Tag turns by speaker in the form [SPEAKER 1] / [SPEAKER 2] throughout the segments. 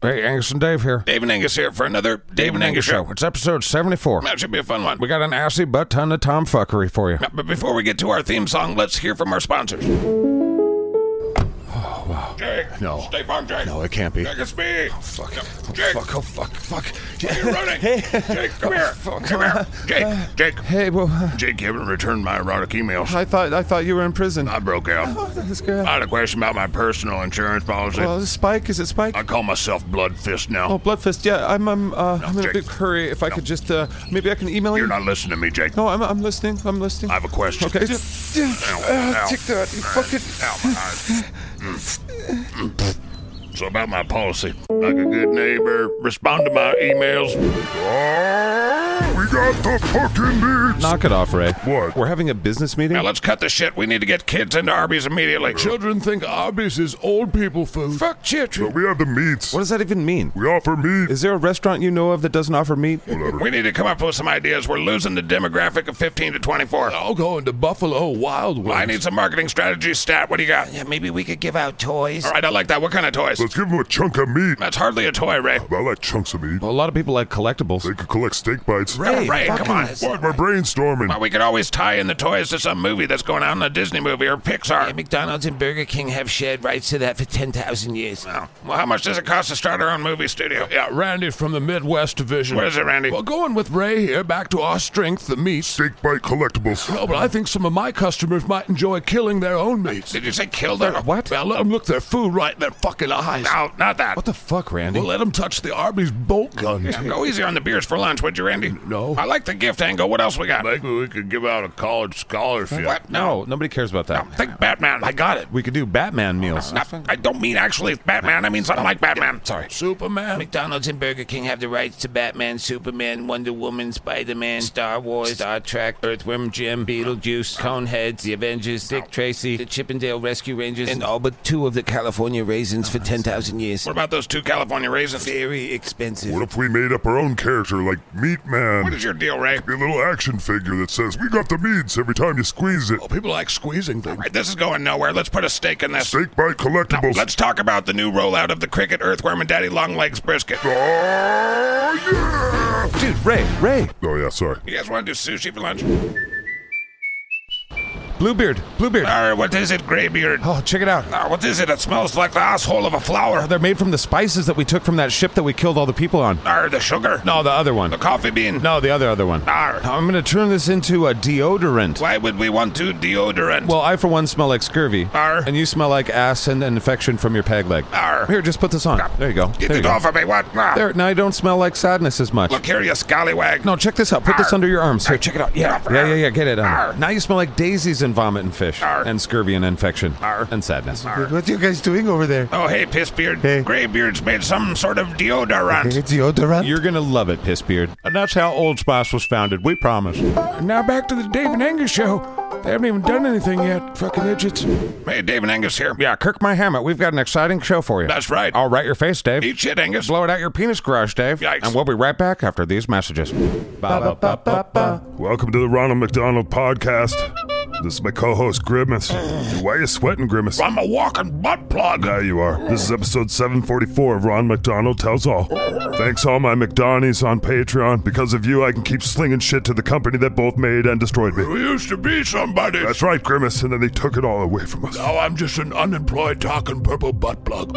[SPEAKER 1] Hey, Angus and Dave here.
[SPEAKER 2] Dave and Angus here for another Dave, and Angus show.
[SPEAKER 1] It's episode 74.
[SPEAKER 2] That should be a fun one.
[SPEAKER 1] We got an assy butt ton of tomfuckery for you.
[SPEAKER 2] Now, But before we get to our theme song, let's hear from our sponsors. Oh, wow. Jake.
[SPEAKER 1] No.
[SPEAKER 2] Stay farm, Jake.
[SPEAKER 1] No, it can't be.
[SPEAKER 2] Jake, it's me. Oh, fuck. Jake.
[SPEAKER 1] Fuck, oh, fuck, fuck.
[SPEAKER 2] You're running. Jake, come here. Come here. Jake. Jake.
[SPEAKER 1] Uh, Hey, well,
[SPEAKER 2] Jake, you haven't returned my erotic emails.
[SPEAKER 1] I thought I thought you were in prison.
[SPEAKER 2] I broke out.
[SPEAKER 1] Oh, this guy.
[SPEAKER 2] I had a question about my personal insurance policy.
[SPEAKER 1] Well, is it Spike? Is it Spike?
[SPEAKER 2] I call myself Blood Fist now.
[SPEAKER 1] Oh, Bloodfist. Yeah, I'm I'm uh, I'm in a
[SPEAKER 2] Jake.
[SPEAKER 1] big hurry. If I could just uh, maybe I can email
[SPEAKER 2] You're
[SPEAKER 1] you.
[SPEAKER 2] not listening to me, Jake.
[SPEAKER 1] No, I'm I'm listening. I'm listening.
[SPEAKER 2] I have a question.
[SPEAKER 1] Okay.
[SPEAKER 2] Ow,
[SPEAKER 1] Uh,
[SPEAKER 2] ow.
[SPEAKER 1] Take that. You fucking.
[SPEAKER 2] Ow, my eyes. Mm. Mm. So about my policy, like a good neighbor, respond to my emails. we got the fucking needs.
[SPEAKER 1] Knock it off, Ray.
[SPEAKER 2] What?
[SPEAKER 1] We're having a business meeting.
[SPEAKER 2] Now let's cut the shit. We need to get kids into Arby's immediately.
[SPEAKER 3] Children think Arby's is old people food.
[SPEAKER 2] Fuck children.
[SPEAKER 3] We have the meats.
[SPEAKER 1] What does that even mean?
[SPEAKER 3] We offer meat.
[SPEAKER 1] Is there a restaurant you know of that doesn't offer meat?
[SPEAKER 2] We need to come up with some ideas. We're losing the demographic of 15 to 24.
[SPEAKER 3] I'll go into Buffalo Wild Wings.
[SPEAKER 2] I need some marketing strategy stat. What do you got? Yeah, maybe we could give out toys. All right, I like that. What kind of toys?
[SPEAKER 4] Let's give them a chunk of meat.
[SPEAKER 2] That's hardly a toy, Ray.
[SPEAKER 4] I like chunks of meat.
[SPEAKER 1] Well, a lot of people like collectibles.
[SPEAKER 4] They could collect steak bites.
[SPEAKER 1] Ray,
[SPEAKER 2] Ray, come
[SPEAKER 1] fucking-
[SPEAKER 2] on.
[SPEAKER 4] What? My brainstorming.
[SPEAKER 2] Well, we could always tie in the toys to some movie that's going on in a Disney movie or Pixar.
[SPEAKER 5] McDonald's and Burger King have shared rights to that for 10,000 years.
[SPEAKER 2] Oh, Well, how much does it cost to start our own movie studio? Yeah,
[SPEAKER 3] Randy from the Midwest Division.
[SPEAKER 2] Where is it, Randy?
[SPEAKER 3] Well, going with Ray here, back to our strength, the meats.
[SPEAKER 4] Steak bite collectibles.
[SPEAKER 3] No, but I think some of my customers might enjoy killing their own meats.
[SPEAKER 2] Did you say kill them?
[SPEAKER 1] What?
[SPEAKER 3] Now let them look their food right in their fucking eyes.
[SPEAKER 2] No, not that.
[SPEAKER 1] What the fuck, Randy?
[SPEAKER 3] Well, let them touch the Arby's bolt gun.
[SPEAKER 2] Yeah, go easy on the beers for lunch, would you, Randy?
[SPEAKER 3] No.
[SPEAKER 2] I like the gift angle. What else we got?
[SPEAKER 3] Maybe we could give out a college scholarship.
[SPEAKER 2] What? No.
[SPEAKER 1] No, nobody cares about that.
[SPEAKER 2] Think Batman. I got it.
[SPEAKER 1] We could do Batman meals.
[SPEAKER 2] No, I don't mean actually Batman. I mean something like Batman. Sorry.
[SPEAKER 5] Oh.
[SPEAKER 3] Superman.
[SPEAKER 5] McDonald's and Burger King have the rights to Batman, Superman, Wonder Woman, Spider Man, Star Wars, Star Trek, Earthworm Jim, Beetlejuice, Coneheads, The Avengers, Dick Tracy, the Chippendale Rescue Rangers, Oh. Oh, and all but two of the California Raisins for 10,000 years.
[SPEAKER 2] What about those two California raisins?
[SPEAKER 5] Very expensive.
[SPEAKER 4] What if we made up our own character like Meat
[SPEAKER 2] What
[SPEAKER 4] Man?
[SPEAKER 2] is your deal, Ray?
[SPEAKER 4] A little action figure that says, We got the meats every time you squeeze it.
[SPEAKER 3] Well, people like squeezing things.
[SPEAKER 2] All right, this is going nowhere. Let's put a stake in this.
[SPEAKER 4] Steak bite collectibles.
[SPEAKER 2] Let's talk about the new rollout of the cricket, earthworm, and daddy longlegs brisket.
[SPEAKER 4] Oh, yeah!
[SPEAKER 1] Dude, Ray, Ray,
[SPEAKER 4] Oh, yeah, sorry.
[SPEAKER 2] You guys want to do sushi for lunch?
[SPEAKER 1] Bluebeard, Bluebeard.
[SPEAKER 2] All right, what is it, Graybeard?
[SPEAKER 1] Oh, check it out.
[SPEAKER 2] Ah, what is it? It smells like the asshole of a flower.
[SPEAKER 1] They're made from the spices that we took from that ship that we killed all the people on.
[SPEAKER 2] Or the sugar.
[SPEAKER 1] No, the other one.
[SPEAKER 2] The coffee bean.
[SPEAKER 1] No, the other other one.
[SPEAKER 2] Arr.
[SPEAKER 1] I'm gonna turn this into a deodorant.
[SPEAKER 2] Why would we want to deodorant?
[SPEAKER 1] Well, I for one smell like scurvy,
[SPEAKER 2] Arr.
[SPEAKER 1] and you smell like ass and an infection from your peg leg.
[SPEAKER 2] Arr.
[SPEAKER 1] Here, just put this on. There you go.
[SPEAKER 2] Get
[SPEAKER 1] There you
[SPEAKER 2] it
[SPEAKER 1] go.
[SPEAKER 2] off of me. What? Ah.
[SPEAKER 1] There. Now I don't smell like sadness as much.
[SPEAKER 2] Look here, you scallywag.
[SPEAKER 1] No, check this out. Put this
[SPEAKER 2] Arr.
[SPEAKER 1] under your arms. Here, check it out. Yeah,
[SPEAKER 2] Arr.
[SPEAKER 1] yeah, yeah, yeah. Get it.
[SPEAKER 2] Arr.
[SPEAKER 1] on. Now you smell like daisies and vomit and fish
[SPEAKER 2] Arr.
[SPEAKER 1] and scurvy and infection
[SPEAKER 2] Arr.
[SPEAKER 1] and sadness.
[SPEAKER 6] What are you guys doing over there?
[SPEAKER 2] Oh, hey, Pissbeard.
[SPEAKER 6] Hey.
[SPEAKER 2] Graybeard's made some sort of deodorant.
[SPEAKER 6] It's deodorant.
[SPEAKER 1] You're gonna love it, Pissbeard. And that's how Old Spice was founded. We promise.
[SPEAKER 3] Now back to the Dave and Angus show. They haven't even done anything yet. Fucking idiots.
[SPEAKER 2] Hey, Dave and Angus here.
[SPEAKER 1] Mm-hmm. Yeah, Kirk my hammock. We've got an exciting show for you.
[SPEAKER 2] That's right.
[SPEAKER 1] I'll write your face, Dave.
[SPEAKER 2] Eat shit, Angus.
[SPEAKER 1] Blow it out your penis garage, Dave.
[SPEAKER 2] Yikes.
[SPEAKER 1] And we'll be right back after these messages.
[SPEAKER 4] Welcome to the Ronald McDonald Podcast. This is my co host, Grimace. Dude, Why are you sweating, Grimace?
[SPEAKER 2] I'm a walking butt plug.
[SPEAKER 4] Yeah, you are. This is episode 744 of Ron McDonald Tells All. Thanks all my McDonnies on Patreon. Because of you, I can keep slinging shit to the company that both made and destroyed me.
[SPEAKER 2] We used to be somebody.
[SPEAKER 4] That's right, Grimace, and then they took it all away from us.
[SPEAKER 3] Now I'm just an unemployed talking purple butt plug.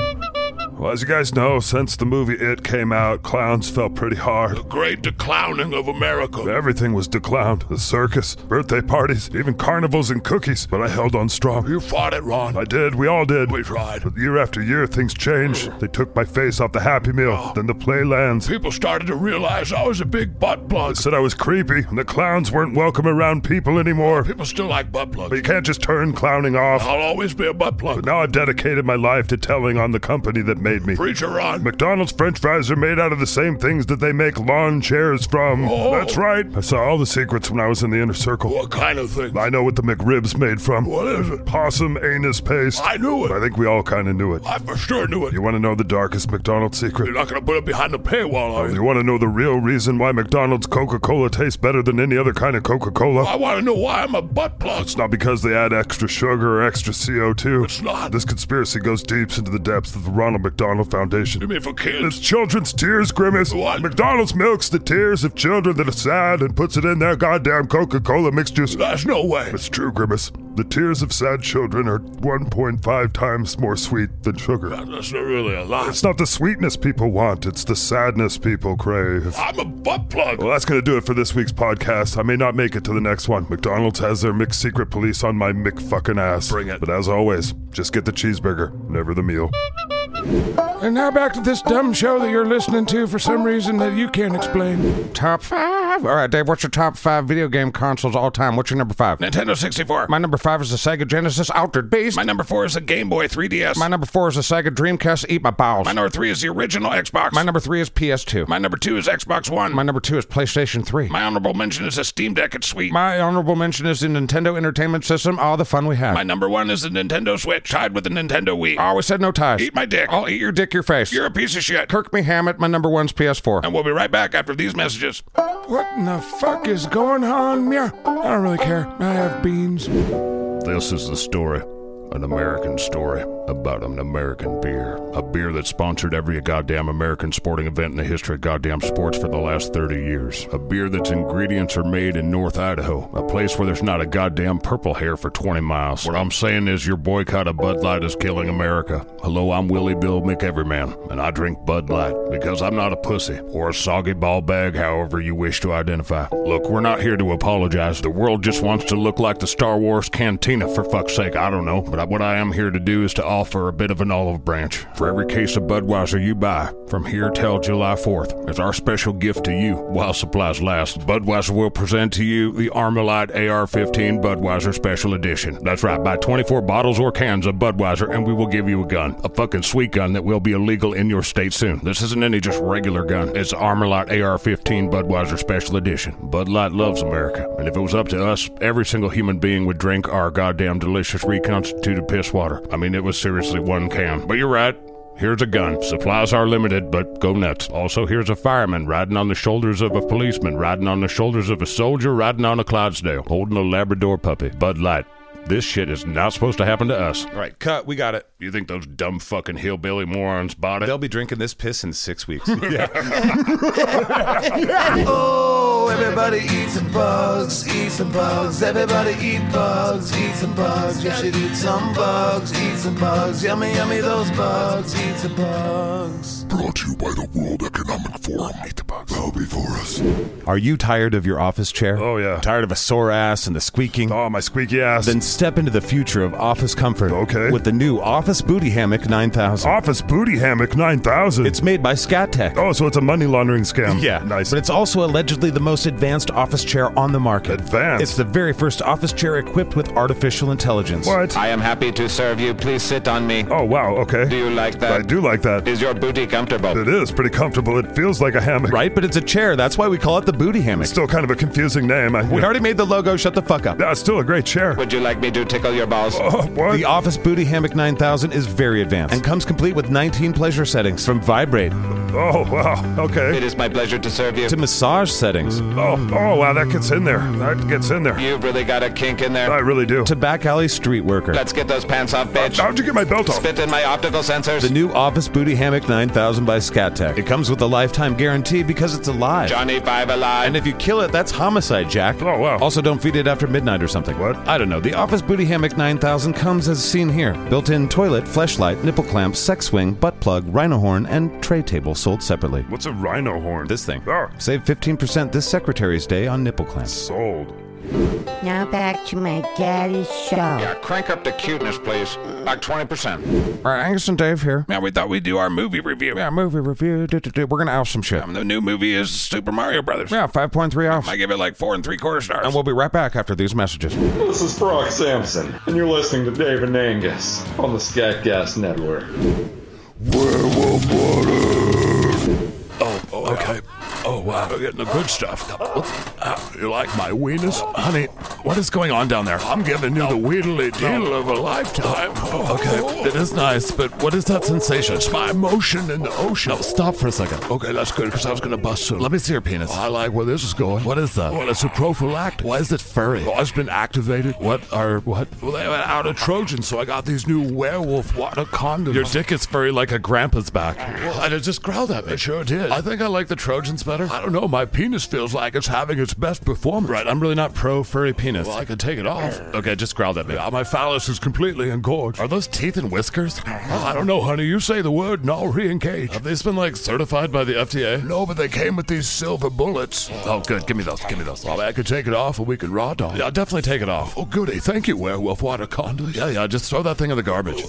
[SPEAKER 4] Well, as you guys know, since the movie It came out, clowns fell pretty hard.
[SPEAKER 3] The great declowning of America.
[SPEAKER 4] Everything was declowned the circus, birthday parties, even carnivals and cookies. But I held on strong.
[SPEAKER 3] You fought it, Ron.
[SPEAKER 4] I did, we all did.
[SPEAKER 3] We tried.
[SPEAKER 4] But year after year, things changed. They took my face off the Happy Meal, then the Playlands.
[SPEAKER 3] Oh. People started to realize I was a big butt plug.
[SPEAKER 4] said I was creepy and the clowns weren't welcome around people anymore.
[SPEAKER 3] People still like butt
[SPEAKER 4] But you
[SPEAKER 3] plugs.
[SPEAKER 4] can't just turn clowning off.
[SPEAKER 3] I'll always be a butt
[SPEAKER 4] But
[SPEAKER 3] plug.
[SPEAKER 4] now I've dedicated my life to telling on the company that made me.
[SPEAKER 3] Preacher Ron.
[SPEAKER 4] McDonald's french fries are made out of the same things that they make lawn chairs from.
[SPEAKER 3] Oh.
[SPEAKER 4] That's right. I saw all the secrets when I was in the inner circle.
[SPEAKER 3] What kind of thing?
[SPEAKER 4] I know what the McRib's made from.
[SPEAKER 3] What is it?
[SPEAKER 4] Possum anus paste.
[SPEAKER 3] I knew
[SPEAKER 4] I
[SPEAKER 3] it.
[SPEAKER 4] think we all kind of knew it.
[SPEAKER 3] I for sure knew it.
[SPEAKER 4] You want to know the darkest McDonald's secret?
[SPEAKER 3] You're not gonna put it behind the paywall, are
[SPEAKER 4] You
[SPEAKER 3] you?
[SPEAKER 4] want to know the real reason why McDonald's Coca-Cola tastes better than any other kind of Coca-Cola?
[SPEAKER 3] I want to know why I'm a butt plug.
[SPEAKER 4] It's not because they add extra sugar or extra CO2.
[SPEAKER 3] It's not.
[SPEAKER 4] This conspiracy goes deep into the depths of the Ronald McDonald Foundation.
[SPEAKER 3] Do me for
[SPEAKER 4] It's
[SPEAKER 3] kids.
[SPEAKER 4] children's tears, Grimace.
[SPEAKER 3] What?
[SPEAKER 4] McDonald's milks the tears of children that are sad and puts it in their goddamn Coca Cola mixed juice.
[SPEAKER 3] There's no way.
[SPEAKER 4] It's true, Grimace. The tears of sad children are 1.5 times more sweet than sugar.
[SPEAKER 3] That's not really a lot.
[SPEAKER 4] It's not the sweetness people want, it's the sadness people crave.
[SPEAKER 3] I'm a butt plug.
[SPEAKER 4] Well, that's going to do it for this week's podcast. I may not make it to the next one. McDonald's has their Mick Secret Police on my Mick fucking ass. Bring it. But as always, just get the cheeseburger, never the meal.
[SPEAKER 7] And now back to this dumb show that you're listening to for some reason that you can't explain.
[SPEAKER 8] Top five. All right, Dave. What's your top five video game consoles all time? What's your number five?
[SPEAKER 2] Nintendo 64.
[SPEAKER 8] My number five is the Sega Genesis Altered Beast.
[SPEAKER 2] My number four is the Game Boy 3DS.
[SPEAKER 8] My
[SPEAKER 2] My,
[SPEAKER 8] number four is the Sega Dreamcast Eat My Bowels.
[SPEAKER 2] number three is the original Xbox.
[SPEAKER 8] My number three is PS2.
[SPEAKER 2] My number two is Xbox One.
[SPEAKER 8] My number two is PlayStation 3.
[SPEAKER 2] My honorable mention is a Steam Deck. It's sweet.
[SPEAKER 8] My honorable mention is the Nintendo Entertainment System. All the fun we have.
[SPEAKER 2] My number one is the Nintendo Switch, tied with the Nintendo Wii.
[SPEAKER 8] I always said no ties.
[SPEAKER 2] Eat my dick. I'll eat your
[SPEAKER 8] your dick, your face.
[SPEAKER 2] You're a piece of shit.
[SPEAKER 8] Kirk me Hammett. My number one's PS4.
[SPEAKER 2] And we'll be right back after these messages.
[SPEAKER 7] What in the fuck is going on? Meow. I don't really care. I have beans.
[SPEAKER 3] This is the story, an American story about an American beer. A beer that sponsored every goddamn American sporting event in the history of goddamn sports for the last 30 years. A beer that's ingredients are made in North Idaho, a place where there's not a goddamn purple hair for 20 miles. What I'm saying is your boycott of Bud Light is killing America. Hello, I'm Willie Bill McEveryman, and I drink Bud Light because I'm not a pussy or a soggy ball bag, however you wish to identify. Look, we're not here to apologize. The world just wants to look like the Star Wars cantina, for fuck's sake. I don't know. But what I am here to do is to offer a bit of an olive branch. For every case of Budweiser you buy, from here till July 4th, as our special gift to you while supplies last, Budweiser will present to you the Armalite AR 15 Budweiser Special Edition. That's right, buy 24 bottles or cans of Budweiser, and we will give you a gun. A fucking sweet gun that will be illegal in your state soon. This isn't any just regular gun. It's Armalite AR 15 Budweiser Special Edition. Bud Light loves America, and if it was up to us, every single human being would drink our goddamn delicious reconstituted piss water. I mean, it was seriously one can. But you're right. Here's a gun. Supplies are limited, but go nuts. Also, here's a fireman riding on the shoulders of a policeman, riding on the shoulders of a soldier, riding on a Clydesdale, holding a Labrador puppy. Bud Light. This shit is not supposed to happen to us.
[SPEAKER 1] All right, cut. We got it.
[SPEAKER 3] You think those dumb fucking hillbilly morons bought it?
[SPEAKER 1] They'll be drinking this piss in six weeks.
[SPEAKER 9] Oh, everybody eat some bugs, eat some bugs. Everybody eat bugs, eat some bugs. You should eat some bugs, eat some bugs. Yummy, yummy, those bugs, eat some bugs.
[SPEAKER 3] Brought to you by the World Economic Forum. Eat the bugs. Bow before us.
[SPEAKER 1] Are you tired of your office chair?
[SPEAKER 4] Oh, yeah.
[SPEAKER 1] Tired of a sore ass and the squeaking?
[SPEAKER 4] Oh, my squeaky ass.
[SPEAKER 1] Then step into the future of office comfort.
[SPEAKER 4] Okay.
[SPEAKER 1] With the new Office Booty Hammock 9000.
[SPEAKER 4] Office Booty Hammock 9000.
[SPEAKER 1] It's made by Scat Tech.
[SPEAKER 4] oh, so it's a money laundering scam.
[SPEAKER 1] Yeah,
[SPEAKER 4] Nice.
[SPEAKER 1] But it's also allegedly the most advanced office chair on the market.
[SPEAKER 4] Advanced?
[SPEAKER 1] It's the very first office chair equipped with artificial intelligence.
[SPEAKER 4] what?
[SPEAKER 2] I am happy to serve you. Please sit on me.
[SPEAKER 4] oh, wow.
[SPEAKER 2] Do
[SPEAKER 4] Okay.
[SPEAKER 2] you like
[SPEAKER 4] I
[SPEAKER 2] that?
[SPEAKER 4] do like that.
[SPEAKER 2] Is your booty comfortable?
[SPEAKER 4] It is pretty comfortable. It feels like a hammock.
[SPEAKER 1] Right? But it's a chair. That's why we call it the booty hammock.
[SPEAKER 4] Still kind of a confusing name. I,
[SPEAKER 1] We already made the logo. Shut the fuck up.
[SPEAKER 4] Yeah, it's still a great chair.
[SPEAKER 2] Would you like me to tickle your balls?
[SPEAKER 4] Oh, what?
[SPEAKER 1] The Office Booty Hammock 9000 is very advanced and comes complete with 19 pleasure settings from vibrate
[SPEAKER 4] oh, wow. Okay.
[SPEAKER 2] It is my pleasure to serve you.
[SPEAKER 1] to massage settings
[SPEAKER 2] Mm.
[SPEAKER 4] Oh, oh, wow. That gets in there. That gets in there.
[SPEAKER 2] You've really got a kink in there.
[SPEAKER 4] I really do.
[SPEAKER 1] to back alley street worker.
[SPEAKER 2] Let's get those pants off, bitch.
[SPEAKER 4] How'd you get my belt off?
[SPEAKER 2] Spit in my optical sensors.
[SPEAKER 1] The new Office Booty Hammock 9000 by Scat Tech. It comes with a lifetime guarantee because it's alive.
[SPEAKER 2] Johnny Five Alive.
[SPEAKER 1] And if you kill it, that's homicide, Jack.
[SPEAKER 4] Oh, wow.
[SPEAKER 1] Also, don't feed it after midnight or something.
[SPEAKER 4] What?
[SPEAKER 1] I don't know. The Office Booty Hammock 9000 comes as seen here. Built-in toilet, fleshlight, nipple clamp, sex swing, butt plug, rhino horn, and tray table sold separately.
[SPEAKER 4] What's a rhino horn?
[SPEAKER 1] This thing.
[SPEAKER 2] Ah.
[SPEAKER 4] Oh,
[SPEAKER 1] Save 15% this Secretary's Day on nipple clamps.
[SPEAKER 4] sold.
[SPEAKER 10] Now back to my daddy's show.
[SPEAKER 2] Yeah, crank up the cuteness, please. Like 20%.
[SPEAKER 8] All right, Angus and Dave here.
[SPEAKER 2] Now, we thought we'd do our movie review.
[SPEAKER 8] Yeah, movie review. Do, do, do. We're gonna off some shit.
[SPEAKER 2] Um, the new movie is Super Mario Brothers.
[SPEAKER 8] Yeah, five point three off.
[SPEAKER 2] I give it like four and three quarter stars.
[SPEAKER 8] And we'll be right back after these messages.
[SPEAKER 11] This is Brock Sampson, and you're listening to Dave and Angus on the Scatcast Network.
[SPEAKER 4] Oh,
[SPEAKER 3] Oh, okay. Oh, wow. We're getting the good stuff.
[SPEAKER 4] Uh, You like my weenus? Honey, what is going on down there? I'm giving you the wheedly deal of a lifetime. Oh, Okay, it is nice, but what is that sensation? It's my emotion in the ocean. No, stop for a second. Okay, that's good, because I was going to bust soon. Let me see your penis. I like where this is going. What is that? Well, it's a prophylactic. Why is it furry? Well, it's been activated. What are, what? Well, they went out of Trojan, so I got these new werewolf water condoms. Your dick is furry like a grandpa's back. Well, and it just growled at me. It sure did. I think I like the Trojans better. I don't know. My penis feels like it's having its best performance. Right. I'm really not pro furry penis. Well, I could take it off. Okay, just growled at me. my phallus is completely engorged. Are those teeth and whiskers? Well, I don't know, honey. You say the word, and I'll re-engage. Have these been like certified by the FDA? No, but they came with these silver bullets. Oh, good. Give me those. Give me those. Well, I could take it off, and we could raw dog. Yeah, I'll definitely take it off. Oh, goody. Thank you, werewolf water condoms. Yeah, yeah. Just throw that thing in the garbage.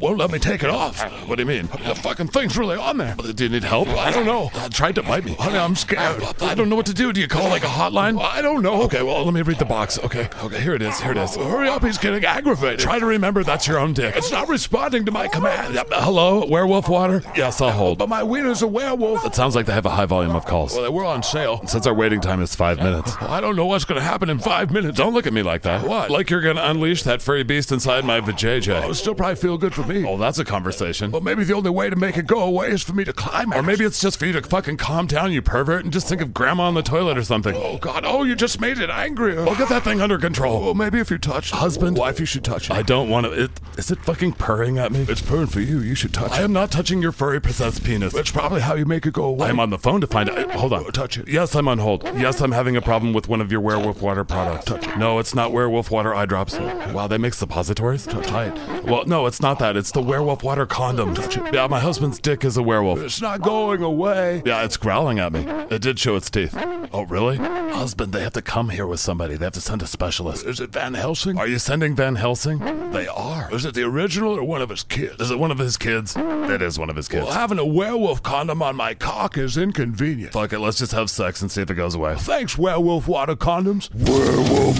[SPEAKER 4] won't let me take it off. Uh, What do you mean? The fucking thing's really on there. Do you need help? I don't know. I tried to bite me. Honey, I'm scared. I don't know what to do. Do you call like a hotline? I don't know. Okay, well, let me read the box. Okay, okay, here it is. Here it is. Hurry up, he's getting aggravated. Try to remember that's your own dick. It's not responding to my command. Yep, Hello, werewolf water? Yes, I'll hold. But my wiener's a werewolf. It sounds like they have a high volume of calls. Well, we're on sale. Since our waiting time is five minutes. I don't know what's going to happen in five minutes. Don't look at me like that. What? Like you're going to unleash that furry beast inside my vajayjay. It'll Oh, still probably feel good for me. Oh, that's a conversation. Well, maybe the only way to make it go away is for me to climb Or maybe it's just for you to fucking calm down, you pervert, and just think of grandma on the toilet or something. Oh, God. Oh, you just made it angrier. Well, get that thing under control. Well, maybe if you touch husband, wife, you should touch it. I don't want to. It, is it fucking purring at me? It's purring for you. You should touch it. I am not touching your furry possessed penis. It's probably how you make it go away. I'm on the phone to find out. Hold on. Touch it. Yes, I'm on hold. Yes, I'm having a problem with one of your werewolf water products. No, it's not werewolf water eye drops. Wow, they make suppositories? Tight. Well, no, it's not that. It's the werewolf water condom. Yeah, my husband's dick is a werewolf. It's not going away. Yeah, it's growling at me. It did show its teeth. Oh, really? Husband, they have to come here with somebody. They have to send a specialist. Is it Van Helsing? Are you sending Van Helsing? They are. Is it the original or one of his kids? Is it one of his kids? It is one of his kids. Well, having a werewolf condom on my cock is inconvenient. Fuck it, let's just have sex and see if it goes away. Thanks, werewolf water condoms. Werewolf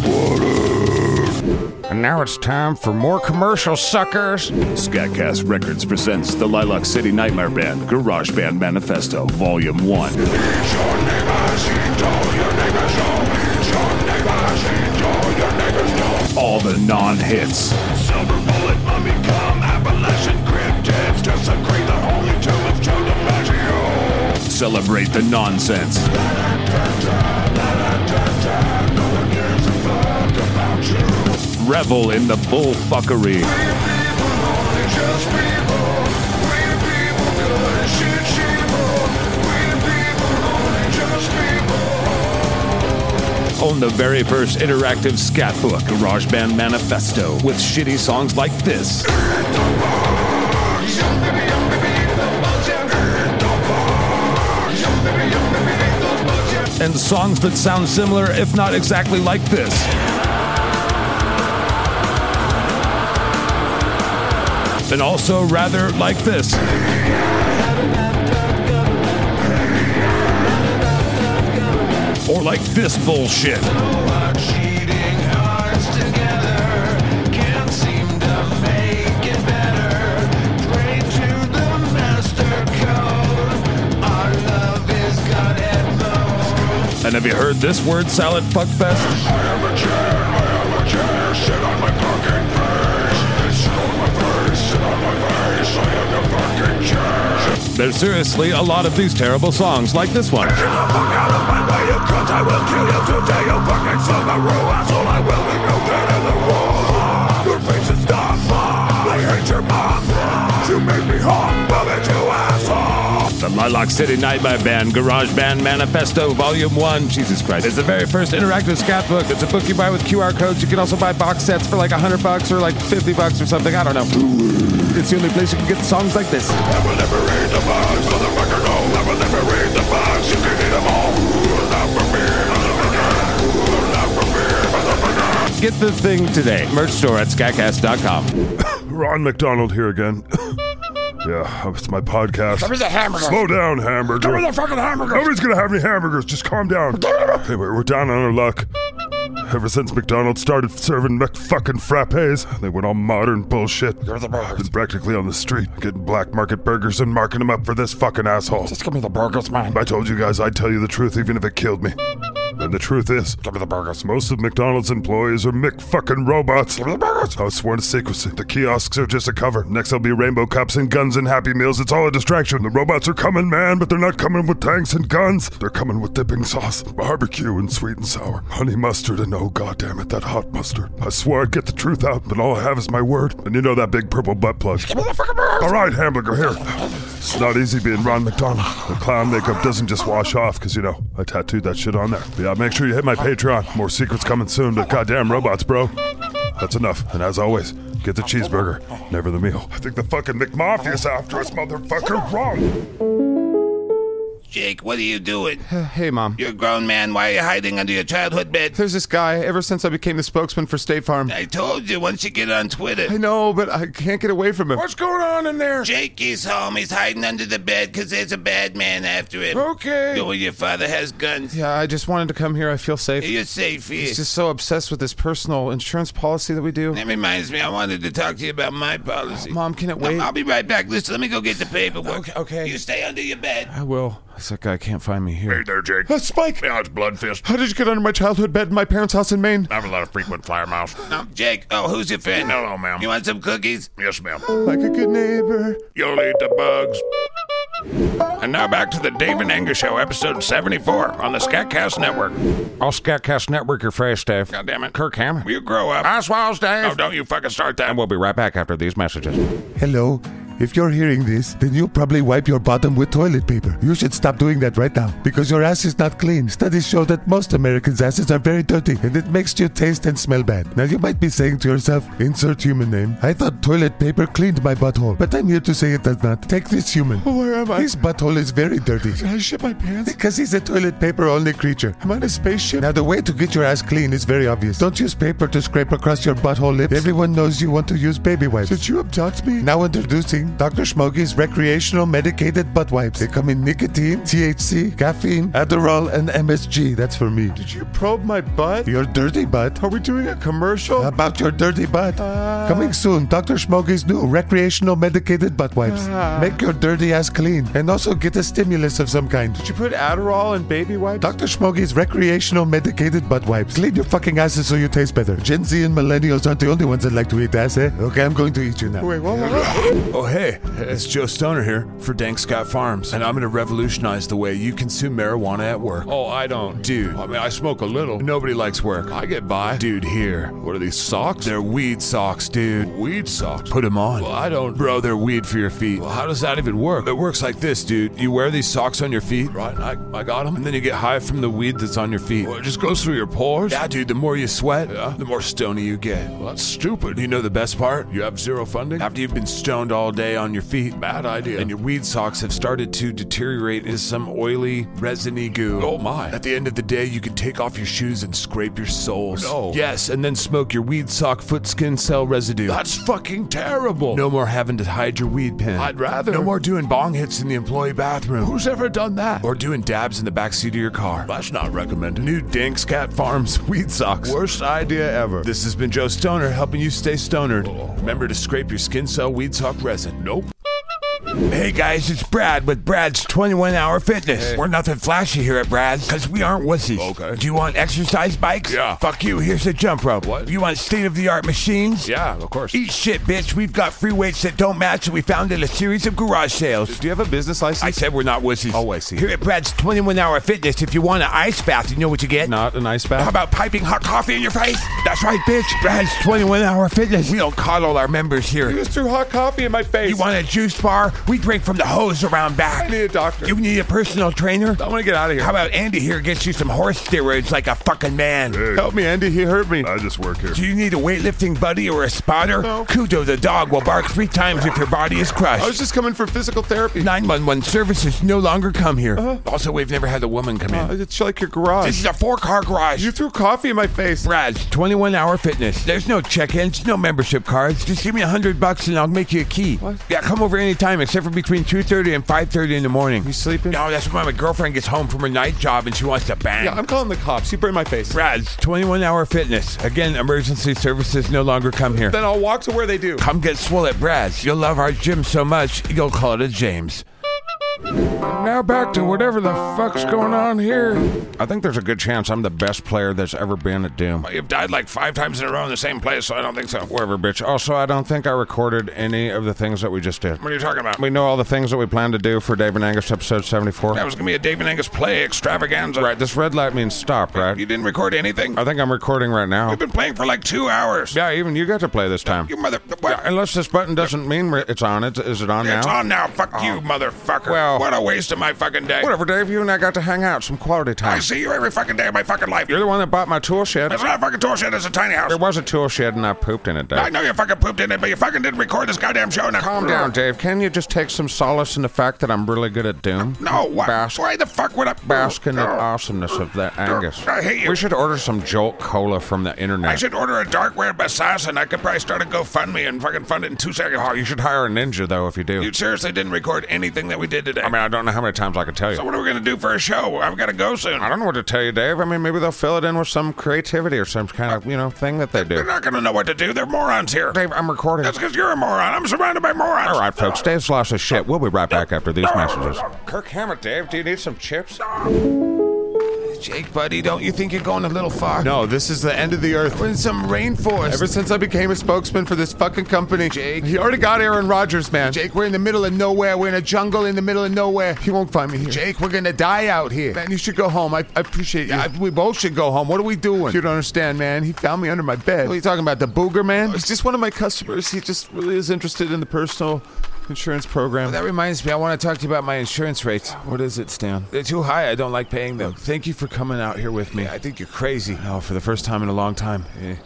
[SPEAKER 12] And now it's time for more commercial suckers.
[SPEAKER 3] Scatcast Records presents the Lilac City Nightmare Band Garage Band Manifesto, Volume 1. All the non hits. Silver bullet, mummy come, Appalachian cryptids, desecrate the holy tomb of Joe DiMaggio. Celebrate the nonsense. Revel in the bullfuckery. Own the very first interactive scat book, GarageBand Manifesto, with shitty songs like this. And songs that sound similar, if not exactly like this. And also rather like this. Or like this bullshit. And have you heard this word salad fuckfest? There's seriously a lot of these terrible songs like this one. The Lilac City Nightmare Band Garage Band Manifesto Volume 1. Jesus Christ.
[SPEAKER 12] It's the very first interactive scat book. It's a book you buy with QR codes. You can also buy box sets for like 100 bucks or like 50 bucks or something. I don't know. It's the only place you can get songs like this. Get the thing today. Merch store at scatcast.com.
[SPEAKER 11] Ron McDonald here again. yeah, it's my podcast.
[SPEAKER 13] Give me the hamburger.
[SPEAKER 11] Slow down, hamburger.
[SPEAKER 13] Give me the fucking hamburger.
[SPEAKER 11] Nobody's gonna have any hamburgers. Just calm down. hey, we're, we're down on our luck. Ever since McDonald's started serving Mc fucking frappes, they went all modern bullshit.
[SPEAKER 13] Give me the burgers.
[SPEAKER 11] Been practically on the street, getting black market burgers and marking them up for this fucking asshole.
[SPEAKER 13] Just give me the burgers, man.
[SPEAKER 11] I told you guys I'd tell you the truth even if it killed me. And the truth is, most of McDonald's employees are Mick fucking robots. I was sworn to secrecy. The kiosks are just a cover. Next, there'll be rainbow cups and guns and Happy Meals. It's all a distraction. The robots are coming, man, but they're not coming with tanks and guns. They're coming with dipping sauce, barbecue, and sweet and sour, honey mustard, and oh goddamn it, that hot mustard. I swear I'd get the truth out, but all I have is my word. And you know that big purple butt plug. All right, hamburger, here. It's not easy being Ron McDonald. The clown makeup doesn't just wash off, because, you know, I tattooed that shit on there. But yeah, make sure you hit my Patreon. More secrets coming soon to goddamn robots, bro. That's enough. And as always, get the cheeseburger, never the meal. I think the fucking McMafia's after us, motherfucker. Wrong.
[SPEAKER 2] Jake, what are you doing?
[SPEAKER 1] Hey, Mom.
[SPEAKER 2] You're a grown man. Why are you hiding under your childhood bed?
[SPEAKER 1] There's this guy, ever since I became the spokesman for State Farm.
[SPEAKER 2] I told you, once you get on Twitter.
[SPEAKER 1] I know, but I can't get away from him.
[SPEAKER 13] What's going on in there?
[SPEAKER 2] Jake is home. He's hiding under the bed because there's a bad man after him.
[SPEAKER 13] Okay.
[SPEAKER 2] You and your father has guns.
[SPEAKER 1] Yeah, I just wanted to come here. I feel safe.
[SPEAKER 2] You're safe here.
[SPEAKER 1] He's just so obsessed with this personal insurance policy that we do.
[SPEAKER 2] That reminds me, I wanted to talk to you about my policy.
[SPEAKER 1] Mom, can it wait?
[SPEAKER 2] I'll be right back. Listen, let me go get the paperwork.
[SPEAKER 1] Okay, okay. Oh.
[SPEAKER 2] You stay under your bed.
[SPEAKER 1] I will. That guy can't find me here.
[SPEAKER 4] Hey there, Jake.
[SPEAKER 1] Uh, Spike!
[SPEAKER 4] Yeah, it's Bloodfist.
[SPEAKER 1] How did you get under my childhood bed in my parents' house in Maine?
[SPEAKER 4] I have a lot of frequent flyer miles.
[SPEAKER 2] Um, Jake, oh, who's your friend?
[SPEAKER 4] Hello, ma'am.
[SPEAKER 2] You want some cookies?
[SPEAKER 4] Yes, ma'am.
[SPEAKER 1] Like a good neighbor.
[SPEAKER 4] You'll eat the bugs. And now back to the Dave and Angus Show, episode 74 on the Scatcast Network.
[SPEAKER 14] I'll Scatcast Network your face, Dave.
[SPEAKER 4] God damn it.
[SPEAKER 14] Kirk Hammett.
[SPEAKER 4] You grow up.
[SPEAKER 14] Oswald's Dave.
[SPEAKER 4] Oh, don't you fucking start that.
[SPEAKER 14] and we'll be right back after these messages.
[SPEAKER 6] Hello. If you're hearing this, then you probably wipe your bottom with toilet paper. You should stop doing that right now because your ass is not clean. Studies show that most Americans' asses are very dirty and it makes you taste and smell bad. Now you might be saying to yourself, insert human name. I thought toilet paper cleaned my butthole, but I'm here to say it does not. Take this human.
[SPEAKER 1] Where am I?
[SPEAKER 6] His butthole is very dirty.
[SPEAKER 1] I shit my pants.
[SPEAKER 6] Because he's a toilet paper only creature.
[SPEAKER 1] I'm on a spaceship.
[SPEAKER 6] Now, the way to get your ass clean is very obvious. Don't use paper to scrape across your butthole lips. Everyone knows you want to use baby wipes.
[SPEAKER 1] Did you abduct me?
[SPEAKER 6] Now introducing Dr. Schmoggy's recreational medicated butt wipes. They come in nicotine, THC, caffeine, Adderall, and MSG. That's for me.
[SPEAKER 1] Did you probe my butt?
[SPEAKER 6] Your dirty butt.
[SPEAKER 1] Are we doing a commercial?
[SPEAKER 6] About your dirty butt.
[SPEAKER 1] Ah.
[SPEAKER 6] Coming soon, Dr. Schmoggy's new recreational medicated butt wipes.
[SPEAKER 1] Ah.
[SPEAKER 6] Make your dirty ass clean and also get a stimulus of some kind.
[SPEAKER 1] Did you put Adderall and baby wipes?
[SPEAKER 6] Dr. Schmoggy's recreational medicated butt wipes. Clean your fucking asses so you taste better. Gen Z and millennials aren't the only ones that like to eat ass, eh? Okay, I'm going to eat you now.
[SPEAKER 1] Wait, what? what-
[SPEAKER 5] Oh, hey, it's Joe Stoner here for Dank Scott Farms, and I'm going to revolutionize the way you consume marijuana at work.
[SPEAKER 4] Oh, I don't.
[SPEAKER 5] Dude,
[SPEAKER 4] I mean, I smoke a little.
[SPEAKER 5] nobody likes work.
[SPEAKER 4] I get by.
[SPEAKER 5] Dude, here. What are these socks? They're weed socks, dude.
[SPEAKER 4] Weed socks.
[SPEAKER 5] Put them on.
[SPEAKER 4] I don't.
[SPEAKER 5] Bro, they're weed for your feet.
[SPEAKER 4] Well, how does that even work?
[SPEAKER 5] It works like this, dude. You wear these socks on your feet, right? I, I got them. And then you get high from the weed that's on your feet.
[SPEAKER 4] Well, it just goes through your pores.
[SPEAKER 5] Yeah, dude, the more you sweat, the more stony you get.
[SPEAKER 4] Well, that's stupid.
[SPEAKER 5] You know the best part?
[SPEAKER 4] You have zero funding?
[SPEAKER 5] After you've been stoned all day on your feet,
[SPEAKER 4] Bad idea.
[SPEAKER 5] and your weed socks have started to deteriorate into some oily, resiny goo.
[SPEAKER 4] Oh, my.
[SPEAKER 5] At the end of the day, you can take off your shoes and scrape your soles.
[SPEAKER 4] No.
[SPEAKER 5] Yes, and then smoke your weed sock foot skin cell residue.
[SPEAKER 4] That's fucking terrible.
[SPEAKER 5] no more having to hide your weed pen.
[SPEAKER 4] I'd rather.
[SPEAKER 5] No more doing bong hits in the employee bathroom.
[SPEAKER 4] Who's ever done that?
[SPEAKER 5] or doing dabs in the backseat of your car.
[SPEAKER 4] That's not recommended.
[SPEAKER 5] New Dinks Cat Farms weed socks.
[SPEAKER 4] Worst idea ever.
[SPEAKER 5] This has been Joe Stoner helping you stay stonered. Remember to scrape your skin cell weed sock resin.
[SPEAKER 4] Nope.
[SPEAKER 5] Hey guys, it's Brad with Brad's 21 Hour Fitness. We're nothing flashy here at Brad's because we aren't wussies.
[SPEAKER 4] Okay.
[SPEAKER 5] Do you want exercise bikes?
[SPEAKER 4] Yeah.
[SPEAKER 5] Fuck you, here's a jump rope.
[SPEAKER 4] What?
[SPEAKER 5] You want state of the art machines?
[SPEAKER 4] Yeah, of course.
[SPEAKER 5] Eat shit, bitch. We've got free weights that don't match that we found at a series of garage sales.
[SPEAKER 1] Do you have a business
[SPEAKER 5] I
[SPEAKER 1] license?
[SPEAKER 5] said we're not wussies.
[SPEAKER 1] Oh, I see.
[SPEAKER 5] Here at Brad's 21 Hour Fitness, if you want an ice bath, you know what you get?
[SPEAKER 1] Not an ice
[SPEAKER 5] How
[SPEAKER 1] bath?
[SPEAKER 5] about piping hot coffee in your face? That's right, bitch. Brad's 21 Hour Fitness. We don't coddle our members
[SPEAKER 1] You
[SPEAKER 5] here.
[SPEAKER 1] just threw hot coffee in my face.
[SPEAKER 5] You want a juice bar? We drink from the hose around back.
[SPEAKER 1] I need a doctor.
[SPEAKER 5] You need a personal trainer?
[SPEAKER 1] I want to get out of here.
[SPEAKER 5] How about Andy here gets you some horse steroids like a fucking man?
[SPEAKER 11] Hey,
[SPEAKER 1] Help me, Andy. He hurt me.
[SPEAKER 11] I just work here.
[SPEAKER 5] Do you need a weightlifting buddy or a spotter?
[SPEAKER 1] No.
[SPEAKER 5] Kudo the dog will bark three times if your body is crushed.
[SPEAKER 1] I was just coming for physical therapy.
[SPEAKER 5] 911 services no longer come here. Also, we've never had a woman come in.
[SPEAKER 1] Uh-huh. Uh, it's like your
[SPEAKER 5] This
[SPEAKER 1] garage.
[SPEAKER 5] is a four car garage.
[SPEAKER 1] You threw coffee in my face.
[SPEAKER 5] Brad's 21 Hour Fitness. There's no check ins, no membership cards. Just give me a 100 bucks and I'll make you a key.
[SPEAKER 1] What?
[SPEAKER 5] Yeah, come over anytime except for between 2.30 and 5.30 in the morning.
[SPEAKER 1] You sleeping?
[SPEAKER 5] No, that's when my girlfriend gets home from her night job and she wants to bang.
[SPEAKER 1] Yeah, I'm calling the cops. You burned my face.
[SPEAKER 5] Brad's 21 Hour Fitness. Again, emergency services no longer come here.
[SPEAKER 1] Then I'll walk to where they do.
[SPEAKER 5] Come get swole at Brad's. You'll love our gym so much, you'll call it a James. now back to whatever the fuck's going on here.
[SPEAKER 1] I think there's a good chance I'm the best player that's ever been at Doom.
[SPEAKER 2] You've died like five times in a row in the same place, so I don't think so.
[SPEAKER 1] Whatever, bitch. Also, I don't think I recorded any of the things that we just did.
[SPEAKER 2] What are you talking about?
[SPEAKER 1] We know all the things that we planned to do for Dave and Angus episode 74.
[SPEAKER 2] That was gonna be a David Angus play extravaganza.
[SPEAKER 1] Right, this red light means stop, right?
[SPEAKER 2] You didn't record anything.
[SPEAKER 1] I think I'm recording right now.
[SPEAKER 2] We've been playing for like two hours.
[SPEAKER 1] Yeah, even you got to play this time.
[SPEAKER 2] You mother.
[SPEAKER 1] Yeah, unless this button doesn't mean re- it's on. It's, is it on now?
[SPEAKER 2] It's on now. Fuck you, motherfucker.
[SPEAKER 1] Well-
[SPEAKER 2] what a waste of my fucking day.
[SPEAKER 1] Whatever, Dave. You and I got to hang out some quality time.
[SPEAKER 2] I see you every fucking day of my fucking life.
[SPEAKER 1] You're the one that bought my tool shed.
[SPEAKER 2] It's not a fucking tour shed. It's a tiny house.
[SPEAKER 1] There was a tool shed and I pooped in it, Dave.
[SPEAKER 2] I know you fucking pooped in it, but you fucking didn't record this goddamn show. Now
[SPEAKER 1] Calm down, Dave. Can you just take some solace in the fact that I'm really good at Doom?
[SPEAKER 2] No, what?
[SPEAKER 1] Bask,
[SPEAKER 2] Why the fuck would I
[SPEAKER 1] bask in the awesomeness of that Angus.
[SPEAKER 2] I hate you.
[SPEAKER 1] We should order some Jolt Cola from the internet.
[SPEAKER 2] I should order a dark web assassin. I could probably start a GoFundMe and fucking fund it in two seconds.
[SPEAKER 1] You should hire a ninja, though, if you do.
[SPEAKER 2] You seriously didn't record anything that we did today.
[SPEAKER 1] I mean, I don't know how many times I could tell you.
[SPEAKER 2] so what are we gonna do for a show? I've gotta go soon.
[SPEAKER 1] I don't know what to tell you, Dave. I mean, maybe they'll fill it in with some creativity or some kind of, you know, thing that they
[SPEAKER 2] They're
[SPEAKER 1] do.
[SPEAKER 2] not gonna know what to do. They're morons here.
[SPEAKER 1] Dave, I'm recording.
[SPEAKER 2] That's because you're a moron. I'm surrounded by morons.
[SPEAKER 1] All right, folks, Dave's lost his shit. We'll be right back after these messages.
[SPEAKER 2] Kirk Hammett, Dave, do you need some chips? Jake, buddy, don't you think you're going a little far?
[SPEAKER 1] No, this is the end of the earth.
[SPEAKER 2] We're in some rainforest.
[SPEAKER 1] Ever since I became a spokesman for this fucking company,
[SPEAKER 2] Jake.
[SPEAKER 1] he already got Aaron Rodgers, man.
[SPEAKER 6] Jake, we're in the middle of nowhere. We're in a jungle in the middle of nowhere.
[SPEAKER 1] He won't find me here.
[SPEAKER 6] Jake, we're gonna die out here. Man, you should go home. I, I appreciate you.
[SPEAKER 1] I- we both should go home. What are we doing?
[SPEAKER 6] you don't understand, man. He found me under my bed.
[SPEAKER 1] What are you talking about? The booger man?
[SPEAKER 6] He's just one of my customers. He just really is interested in the personal insurance program.
[SPEAKER 2] That reminds me, I want to talk to you about my insurance rates.
[SPEAKER 6] What is it, Stan?
[SPEAKER 2] They're too high. I don't like paying them.
[SPEAKER 6] Thank you for coming out here with me.
[SPEAKER 2] I think you're crazy.
[SPEAKER 6] Oh, for the first time in a long time. eh,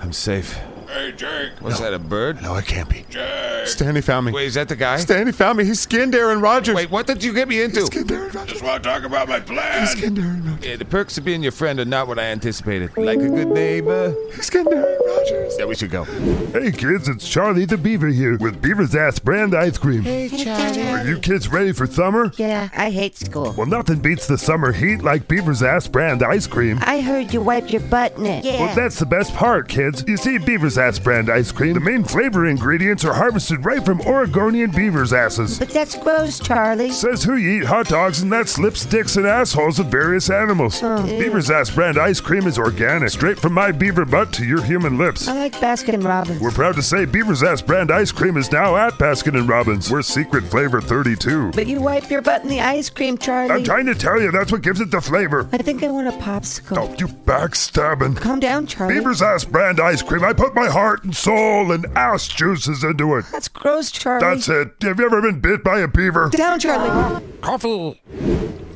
[SPEAKER 6] I'm safe.
[SPEAKER 2] Hey, Jake. Was that a bird?
[SPEAKER 6] No, I can't be.
[SPEAKER 2] Jake.
[SPEAKER 1] Stanley found me.
[SPEAKER 2] Wait, is that the guy?
[SPEAKER 1] Stanley found me. He skinned Aaron Rodgers.
[SPEAKER 2] Wait, what did you get me into?
[SPEAKER 6] Skinned Aaron Rodgers.
[SPEAKER 2] want to talk about my plan.
[SPEAKER 6] Skinned Aaron Rodgers.
[SPEAKER 2] Yeah, the perks of being your friend are not what I anticipated. Like a good neighbor.
[SPEAKER 6] Skinned Aaron Rodgers.
[SPEAKER 2] Yeah, we should go.
[SPEAKER 11] Hey kids, it's Charlie the Beaver here with Beaver's Ass Brand Ice Cream. Are you kids ready for summer?
[SPEAKER 10] Yeah, I hate school.
[SPEAKER 11] Well, nothing beats the summer heat like Beaver's Ass Brand Ice Cream.
[SPEAKER 10] I heard you wiped your butt in it. Oh, Yeah.
[SPEAKER 11] Well, that's the best part, kids. You see, Beaver's Ass brand ice cream, the main flavor ingredients are harvested right from Oregonian beaver's asses.
[SPEAKER 10] but that's gross, Charlie.
[SPEAKER 11] Says who you eat hot dogs and that's lipsticks and assholes of various animals. Beaver's Ass brand ice cream is organic, straight from my beaver butt to your human lips.
[SPEAKER 10] I like Baskin Robbins.
[SPEAKER 11] We're proud to say Beaver's Ass brand ice cream is now at Baskin and Robbins. We're secret flavor 32.
[SPEAKER 10] but you wipe your butt in the ice cream, Charlie.
[SPEAKER 11] I'm trying to tell you, that's what gives it the flavor.
[SPEAKER 10] I think I want a popsicle.
[SPEAKER 11] Oh, you backstabbing.
[SPEAKER 10] Calm down, Charlie.
[SPEAKER 11] Beaver's Ass brand ice cream. I put my heart and soul and ass juices into it.
[SPEAKER 10] That's gross, Charlie.
[SPEAKER 11] That's it. Have you ever been bit by a beaver?
[SPEAKER 10] down, Charlie.
[SPEAKER 2] Coffee.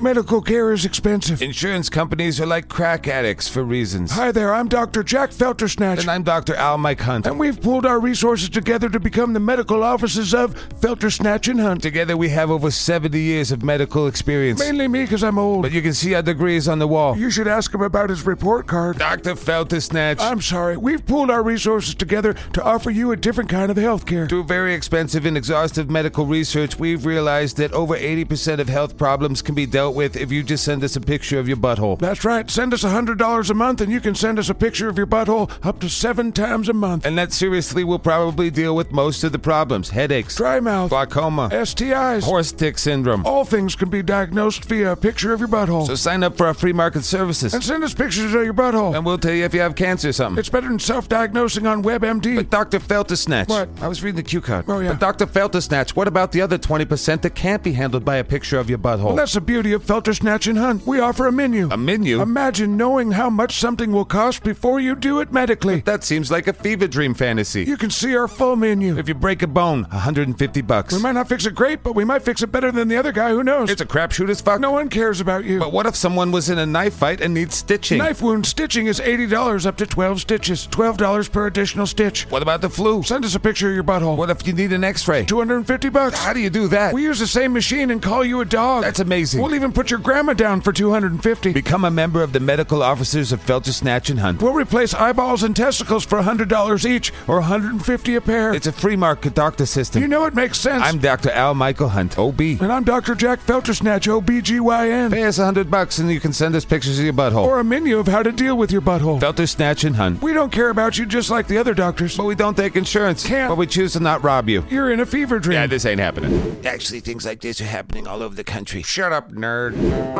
[SPEAKER 5] Medical care is expensive.
[SPEAKER 2] Insurance companies are like crack addicts for reasons.
[SPEAKER 5] Hi there, I'm Dr. Jack Feltersnatch.
[SPEAKER 2] And I'm Dr. Al Mike Hunt.
[SPEAKER 5] And we've pulled our resources together to become the medical offices of Feltersnatch and Hunt.
[SPEAKER 2] Together we have over 70 years of medical experience.
[SPEAKER 5] Mainly me, because I'm old.
[SPEAKER 2] But you can see our degrees on the wall.
[SPEAKER 5] You should ask him about his report card.
[SPEAKER 2] Dr. Feltersnatch.
[SPEAKER 5] I'm sorry. We've pulled our resources together to offer you a different kind of health care.
[SPEAKER 2] Through very expensive and exhaustive medical research, we've realized that over 80% of health problems can be dealt with if you just send us a picture of your butthole.
[SPEAKER 5] That's right. Send us $100 a month and you can send us a picture of your butthole up to seven times a month.
[SPEAKER 2] And that seriously will probably deal with most of the problems headaches,
[SPEAKER 5] Dry mouth,
[SPEAKER 2] glaucoma,
[SPEAKER 5] STIs,
[SPEAKER 2] horse tick syndrome.
[SPEAKER 1] Oh.
[SPEAKER 5] all things can be diagnosed via a picture of your butthole.
[SPEAKER 2] So sign up for our free market services,
[SPEAKER 5] and send us pictures of your butthole.
[SPEAKER 2] and we'll tell you if you have cancer or something.
[SPEAKER 5] it's better than self diagnosing on WebMD.
[SPEAKER 2] But Dr. Feltersnatch.
[SPEAKER 5] What?
[SPEAKER 2] I was reading the cue card.
[SPEAKER 5] Oh, yeah.
[SPEAKER 2] But Dr. Feltersnatch, what about the other 20% that can't be handled by a picture of your butthole?
[SPEAKER 5] Well, that's the beauty of Feltersnatch and Hunt. We offer a menu.
[SPEAKER 2] a menu?
[SPEAKER 5] Imagine knowing how much something will cost before you do it medically.
[SPEAKER 2] that seems like a fever dream fantasy.
[SPEAKER 5] You can see our full menu.
[SPEAKER 2] if you break a bone, 150 bucks.
[SPEAKER 5] we might not fix it great, but we might fix it better than the other guy. Who knows?
[SPEAKER 2] It's a crapshoot as fuck.
[SPEAKER 5] no one cares about you.
[SPEAKER 2] But what if someone was in a knife fight and needs stitching?
[SPEAKER 5] Knife wound stitching is $80 up to 12 stitches. $12 per additional stitch.
[SPEAKER 2] What about the flu?
[SPEAKER 5] Send us a picture of your butthole.
[SPEAKER 2] What if you need an x ray?
[SPEAKER 5] 250 bucks.
[SPEAKER 2] How do you do that?
[SPEAKER 5] We use the same machine and call you a dog.
[SPEAKER 2] That's amazing.
[SPEAKER 5] We'll even and put your grandma down for 250.
[SPEAKER 4] Become a member of the Medical Officers of Feltersnatch and Hunt.
[SPEAKER 5] We'll replace eyeballs and testicles for $100 each or 150 a pair.
[SPEAKER 4] It's a free market doctor system.
[SPEAKER 5] You know it makes sense.
[SPEAKER 4] I'm Dr. Al Michael Hunt, OB.
[SPEAKER 5] And I'm Dr. Jack Feltersnatch, OBGYN.
[SPEAKER 3] Pay us 100 bucks and you can send us pictures of your butthole.
[SPEAKER 5] Or a menu of how to deal with your butthole.
[SPEAKER 3] Feltersnatch and Hunt.
[SPEAKER 5] We don't care about you just like the other doctors.
[SPEAKER 3] But we don't take insurance.
[SPEAKER 5] Can't.
[SPEAKER 3] But we choose to not rob you.
[SPEAKER 5] You're in a fever dream.
[SPEAKER 3] Yeah, this ain't happening.
[SPEAKER 4] Actually, things like this are happening all over the country.
[SPEAKER 3] Shut up, nerd.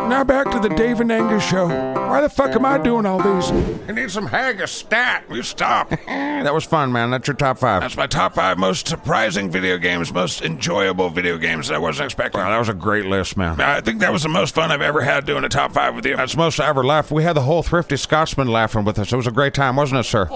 [SPEAKER 5] Now back to the Dave and Angus show. Why the fuck am I doing all these?
[SPEAKER 2] I need some haggis stat. Will you stop?
[SPEAKER 3] That was fun, man. That's your top five.
[SPEAKER 2] That's my top five most surprising video games, most enjoyable video games that I wasn't expecting.
[SPEAKER 3] Wow, that was a great list, man.
[SPEAKER 2] I think that was the most fun I've ever had doing a top five with you.
[SPEAKER 3] That's the most I ever laughed. We had the whole thrifty Scotsman laughing with us. It was a great time, wasn't it, sir?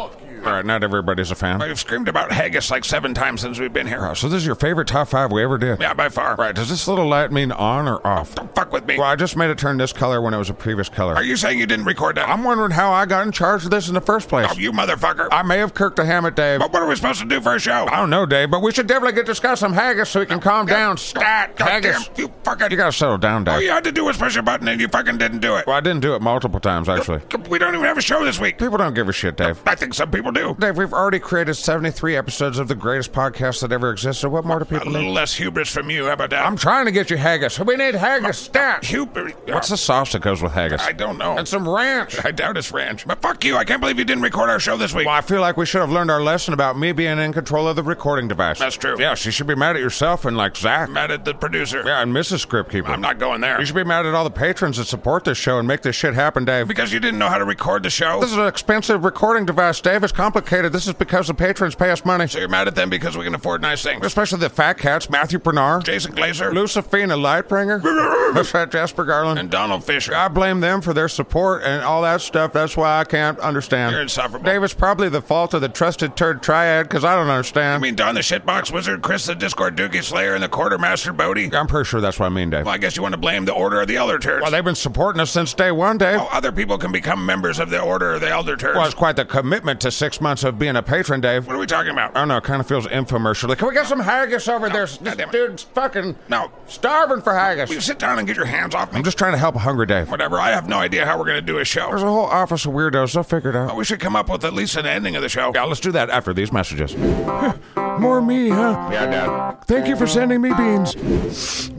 [SPEAKER 3] All right, not everybody's a fan.
[SPEAKER 2] I've screamed about haggis like seven times since we've been here.
[SPEAKER 3] Oh, so this is your favorite top five we ever did.
[SPEAKER 2] Yeah, by far.
[SPEAKER 3] Right, does this little light mean on or off?
[SPEAKER 2] Don't fuck with me.
[SPEAKER 3] Well, I just made it turn this color when it was a previous color.
[SPEAKER 2] Are you saying you didn't record that?
[SPEAKER 3] I'm wondering how I got in charge of this in the first place.
[SPEAKER 2] Oh, you motherfucker.
[SPEAKER 3] I may have cooked a ham at Dave.
[SPEAKER 2] But what are we supposed to do for a show?
[SPEAKER 3] I don't know, Dave, but we should definitely get discuss some haggis so we can calm down.
[SPEAKER 2] Stat.
[SPEAKER 3] Haggis.
[SPEAKER 2] You fucking.
[SPEAKER 3] You gotta settle down,
[SPEAKER 2] All
[SPEAKER 3] Dave.
[SPEAKER 2] you had to do was push a button and you fucking didn't do it.
[SPEAKER 3] Well, I didn't do it multiple times, actually.
[SPEAKER 2] We don't even have a show this week.
[SPEAKER 3] People don't give a shit, Dave.
[SPEAKER 2] I think some people do.
[SPEAKER 3] Dave, we've already created 73 episodes of the greatest podcast that ever existed. What more do
[SPEAKER 2] A
[SPEAKER 3] people need?
[SPEAKER 2] little less hubris from you. How about that?
[SPEAKER 3] I'm trying to get you haggis. We need haggis stat.
[SPEAKER 2] hubris.
[SPEAKER 3] What's the sauce that goes with haggis?
[SPEAKER 2] I don't know.
[SPEAKER 3] And some ranch.
[SPEAKER 2] I doubt it's ranch. But fuck you. I can't believe you didn't record our show this week.
[SPEAKER 3] Well, I feel like we should have learned our lesson about me being in control of the recording device.
[SPEAKER 2] That's true.
[SPEAKER 3] Yes, you should be mad at yourself and like Zach.
[SPEAKER 2] I'm mad at the producer.
[SPEAKER 3] Yeah, and Mrs. Scriptkeeper.
[SPEAKER 2] I'm not going there.
[SPEAKER 3] You should be mad at all the patrons that support this show and make this shit happen, Dave.
[SPEAKER 2] Because you didn't know how to record the show.
[SPEAKER 3] This is an expensive recording device, Dave. It's complicated. This is because the patrons pay us money.
[SPEAKER 2] so you're mad at them because we can afford nice things.
[SPEAKER 3] Especially the fat cats, Matthew Bernard,
[SPEAKER 2] Jason Glazer.
[SPEAKER 3] Lucifina Lightbringer, that's right, Jasper Garland.
[SPEAKER 2] And Donald Fisher.
[SPEAKER 3] I blame them for their support and all that stuff. That's why I can't understand.
[SPEAKER 2] You're insufferable.
[SPEAKER 3] Dave, it's probably the fault of the trusted turd triad because I don't
[SPEAKER 2] I
[SPEAKER 3] understand.
[SPEAKER 2] mean, Don the Shitbox Wizard, Chris the Discord Dookie Slayer, and the Quartermaster Bodie.
[SPEAKER 3] I'm pretty sure that's what I mean, Dave.
[SPEAKER 2] Well, I guess you want to blame the Order of the Elder Turds.
[SPEAKER 3] Well, they've been supporting us since day one, Dave.
[SPEAKER 2] How other people can become members of the Order of the Elder Turds.
[SPEAKER 3] Well, it's quite the commitment to six months of being a patron, Dave.
[SPEAKER 2] what are we talking about?
[SPEAKER 3] I don't know. It kind of feels infomercial. Like, Can we get some haggis over there? This
[SPEAKER 2] goddamn it.
[SPEAKER 3] dude's fucking
[SPEAKER 2] No.
[SPEAKER 3] starving for haggis.
[SPEAKER 2] Will you sit down and get your hands off me?
[SPEAKER 3] I'm just trying to help a hungry Dave.
[SPEAKER 2] Whatever. I have no idea how we're going to do a show.
[SPEAKER 3] There's a whole office of weirdos. They'll figure it out.
[SPEAKER 2] We should come up with at least an ending of the show.
[SPEAKER 3] Yeah, let's do that after these messages.
[SPEAKER 5] More me, huh?
[SPEAKER 3] Yeah, Dad.
[SPEAKER 5] Thank you for sending me beans.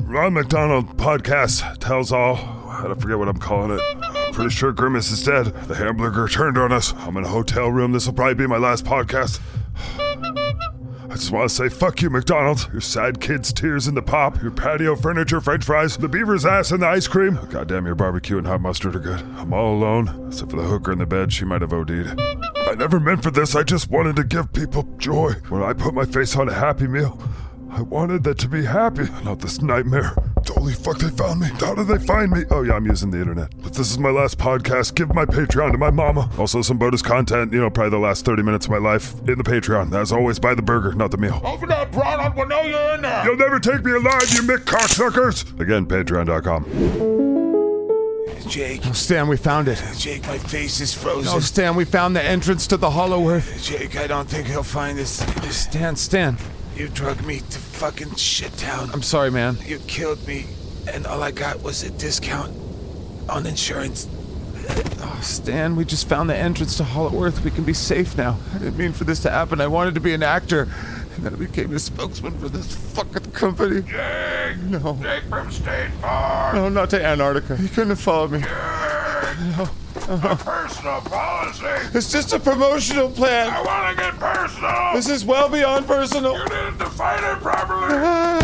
[SPEAKER 11] Ron McDonald podcast tells all. I forget what I'm calling it. I'm pretty sure Grimace is dead. The hamburger turned on us. I'm in a hotel room. This will probably be my last podcast. I just want to say fuck you, McDonald's. Your sad kids' tears in the pop, your patio furniture, french fries, the beaver's ass in the ice cream. Goddamn, your barbecue and hot mustard are good. I'm all alone, except for the hooker in the bed. She might have OD'd. I never meant for this. I just wanted to give people joy. When I put my face on a Happy Meal, I wanted that to be happy, not this nightmare. Holy fuck, they found me. How did they find me? Oh, yeah, I'm using the internet. But this is my last podcast. Give my Patreon to my mama. Also, some bonus content, you know, probably the last 30 minutes of my life in the Patreon. As always, buy the burger, not the meal.
[SPEAKER 2] Open up, Ronald. We know you're in there.
[SPEAKER 11] You'll never take me alive, you Mick cocksuckers! Again, patreon.com.
[SPEAKER 2] Jake,
[SPEAKER 3] Oh, Stan, we found it.
[SPEAKER 2] Jake, my face is frozen.
[SPEAKER 3] No, Stan, we found the entrance to the Hollow Earth.
[SPEAKER 2] Jake, I don't think he'll find this. This-
[SPEAKER 3] Stan, Stan.
[SPEAKER 2] You drug me to fucking shit town.
[SPEAKER 3] I'm sorry, man.
[SPEAKER 2] You killed me, and all I got was a discount on insurance.
[SPEAKER 3] Oh, Stan, we just found the entrance to Hollow Earth. We can be safe now. I didn't mean for this to happen. I wanted to be an actor. And then I became a spokesman for this fucking company.
[SPEAKER 2] Jake,
[SPEAKER 3] No.
[SPEAKER 2] Jake from State Farm.
[SPEAKER 3] No, not to Antarctica. He couldn't have followed me.
[SPEAKER 2] Personal policy.
[SPEAKER 3] It's just a promotional plan.
[SPEAKER 2] I want to get personal.
[SPEAKER 3] This is well beyond personal.
[SPEAKER 2] you didn't define it properly.
[SPEAKER 3] Ah.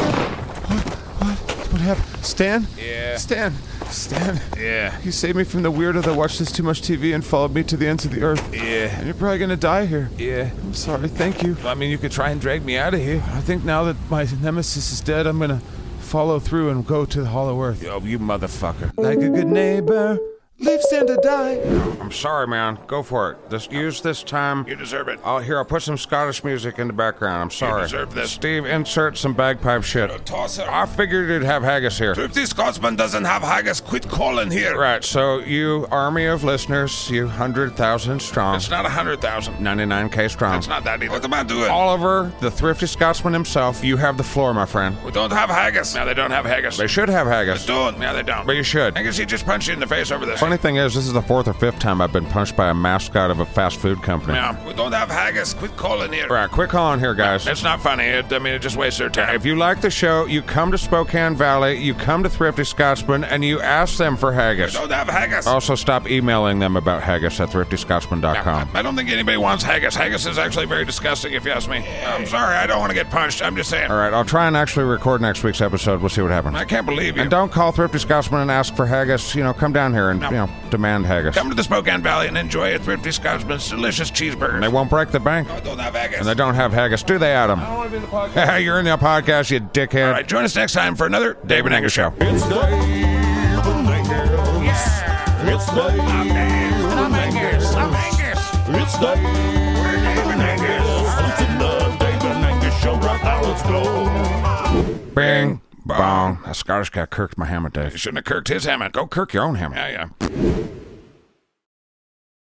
[SPEAKER 3] What? What? What happened? Stan?
[SPEAKER 4] Yeah.
[SPEAKER 3] Stan. Stan.
[SPEAKER 4] Yeah.
[SPEAKER 3] You saved me from the weirdo that watched this too much TV and followed me to the ends of the earth. And
[SPEAKER 4] Yeah.
[SPEAKER 3] you're probably gonna die here.
[SPEAKER 4] Yeah.
[SPEAKER 3] I'm sorry. Thank you.
[SPEAKER 4] I mean, you could try and drag me out of here.
[SPEAKER 3] I think now that my nemesis is dead, I'm gonna follow through and go to the Hollow Earth.
[SPEAKER 4] Oh, you motherfucker.
[SPEAKER 3] Like a good neighbor,
[SPEAKER 5] Live, Santa, die.
[SPEAKER 1] I'm sorry, man. Go for it. This use this time. You deserve
[SPEAKER 3] Uh,
[SPEAKER 1] it. Oh, here, I'll put some Scottish music in the background. I'm sorry.
[SPEAKER 2] deserve this.
[SPEAKER 1] Steve, insert some bagpipe shit.
[SPEAKER 2] Toss it.
[SPEAKER 1] I figured you'd have haggis here.
[SPEAKER 2] If this Scotsman doesn't have haggis, quit calling here.
[SPEAKER 1] Right, so you army of listeners, you hundred thousand strong.
[SPEAKER 2] It's not a hundred thousand.
[SPEAKER 1] Ninety-nine k strong.
[SPEAKER 2] It's not that either. Let the man do it.
[SPEAKER 1] Oliver, the thrifty Scotsman himself. You have the floor, my friend.
[SPEAKER 2] We don't have haggis. Now they don't have haggis.
[SPEAKER 1] They should have haggis.
[SPEAKER 2] They don't. Now they don't.
[SPEAKER 1] But you should.
[SPEAKER 2] I guess he just punched you in the face over this.
[SPEAKER 1] Funny thing is, this is the fourth or fifth time I've been punched by a mascot of a fast food company.
[SPEAKER 2] Yeah. We don't have haggis. Quit calling here.
[SPEAKER 1] Right, quick on here, guys.
[SPEAKER 2] It's not funny. It, I mean, it just wastes their time.
[SPEAKER 1] If you like the show, you come to Spokane Valley, you come to Thrifty Scotsman, and you ask them for haggis.
[SPEAKER 2] We don't have haggis.
[SPEAKER 1] Also, stop emailing them about haggis at thriftyscotsman.com.
[SPEAKER 2] I don't think anybody wants haggis. Haggis is actually very disgusting, if you ask me. I'm sorry, I don't want to get punched. I'm just saying.
[SPEAKER 1] All right, I'll try and actually record next week's episode. We'll see what happens.
[SPEAKER 2] I can't believe you.
[SPEAKER 1] And don't call Thrifty Scotsman and ask for haggis. You know, come down here and
[SPEAKER 2] No.
[SPEAKER 1] you know demand haggis.
[SPEAKER 2] Come to the Spokane Valley and enjoy a thrifty Scotsman's delicious cheeseburger.
[SPEAKER 1] And they won't break the bank.
[SPEAKER 2] I don't have haggis.
[SPEAKER 1] And they don't have haggis, do they, Adam? I
[SPEAKER 2] want to be in the
[SPEAKER 1] podcast. You're in the podcast, you dickhead. All right,
[SPEAKER 2] join us next time for another Dave and Angus show.
[SPEAKER 5] It's Dave and Angus. It's Dave and Angus. It's Dave and Angus. It's the Dave and Angus show right now. Let's go.
[SPEAKER 1] Bing. Bong. That Scottish guy kirked my hammer, Dave.
[SPEAKER 2] Shouldn't have kirked his hammock.
[SPEAKER 1] Go kirk your own hammer.
[SPEAKER 2] Yeah, yeah.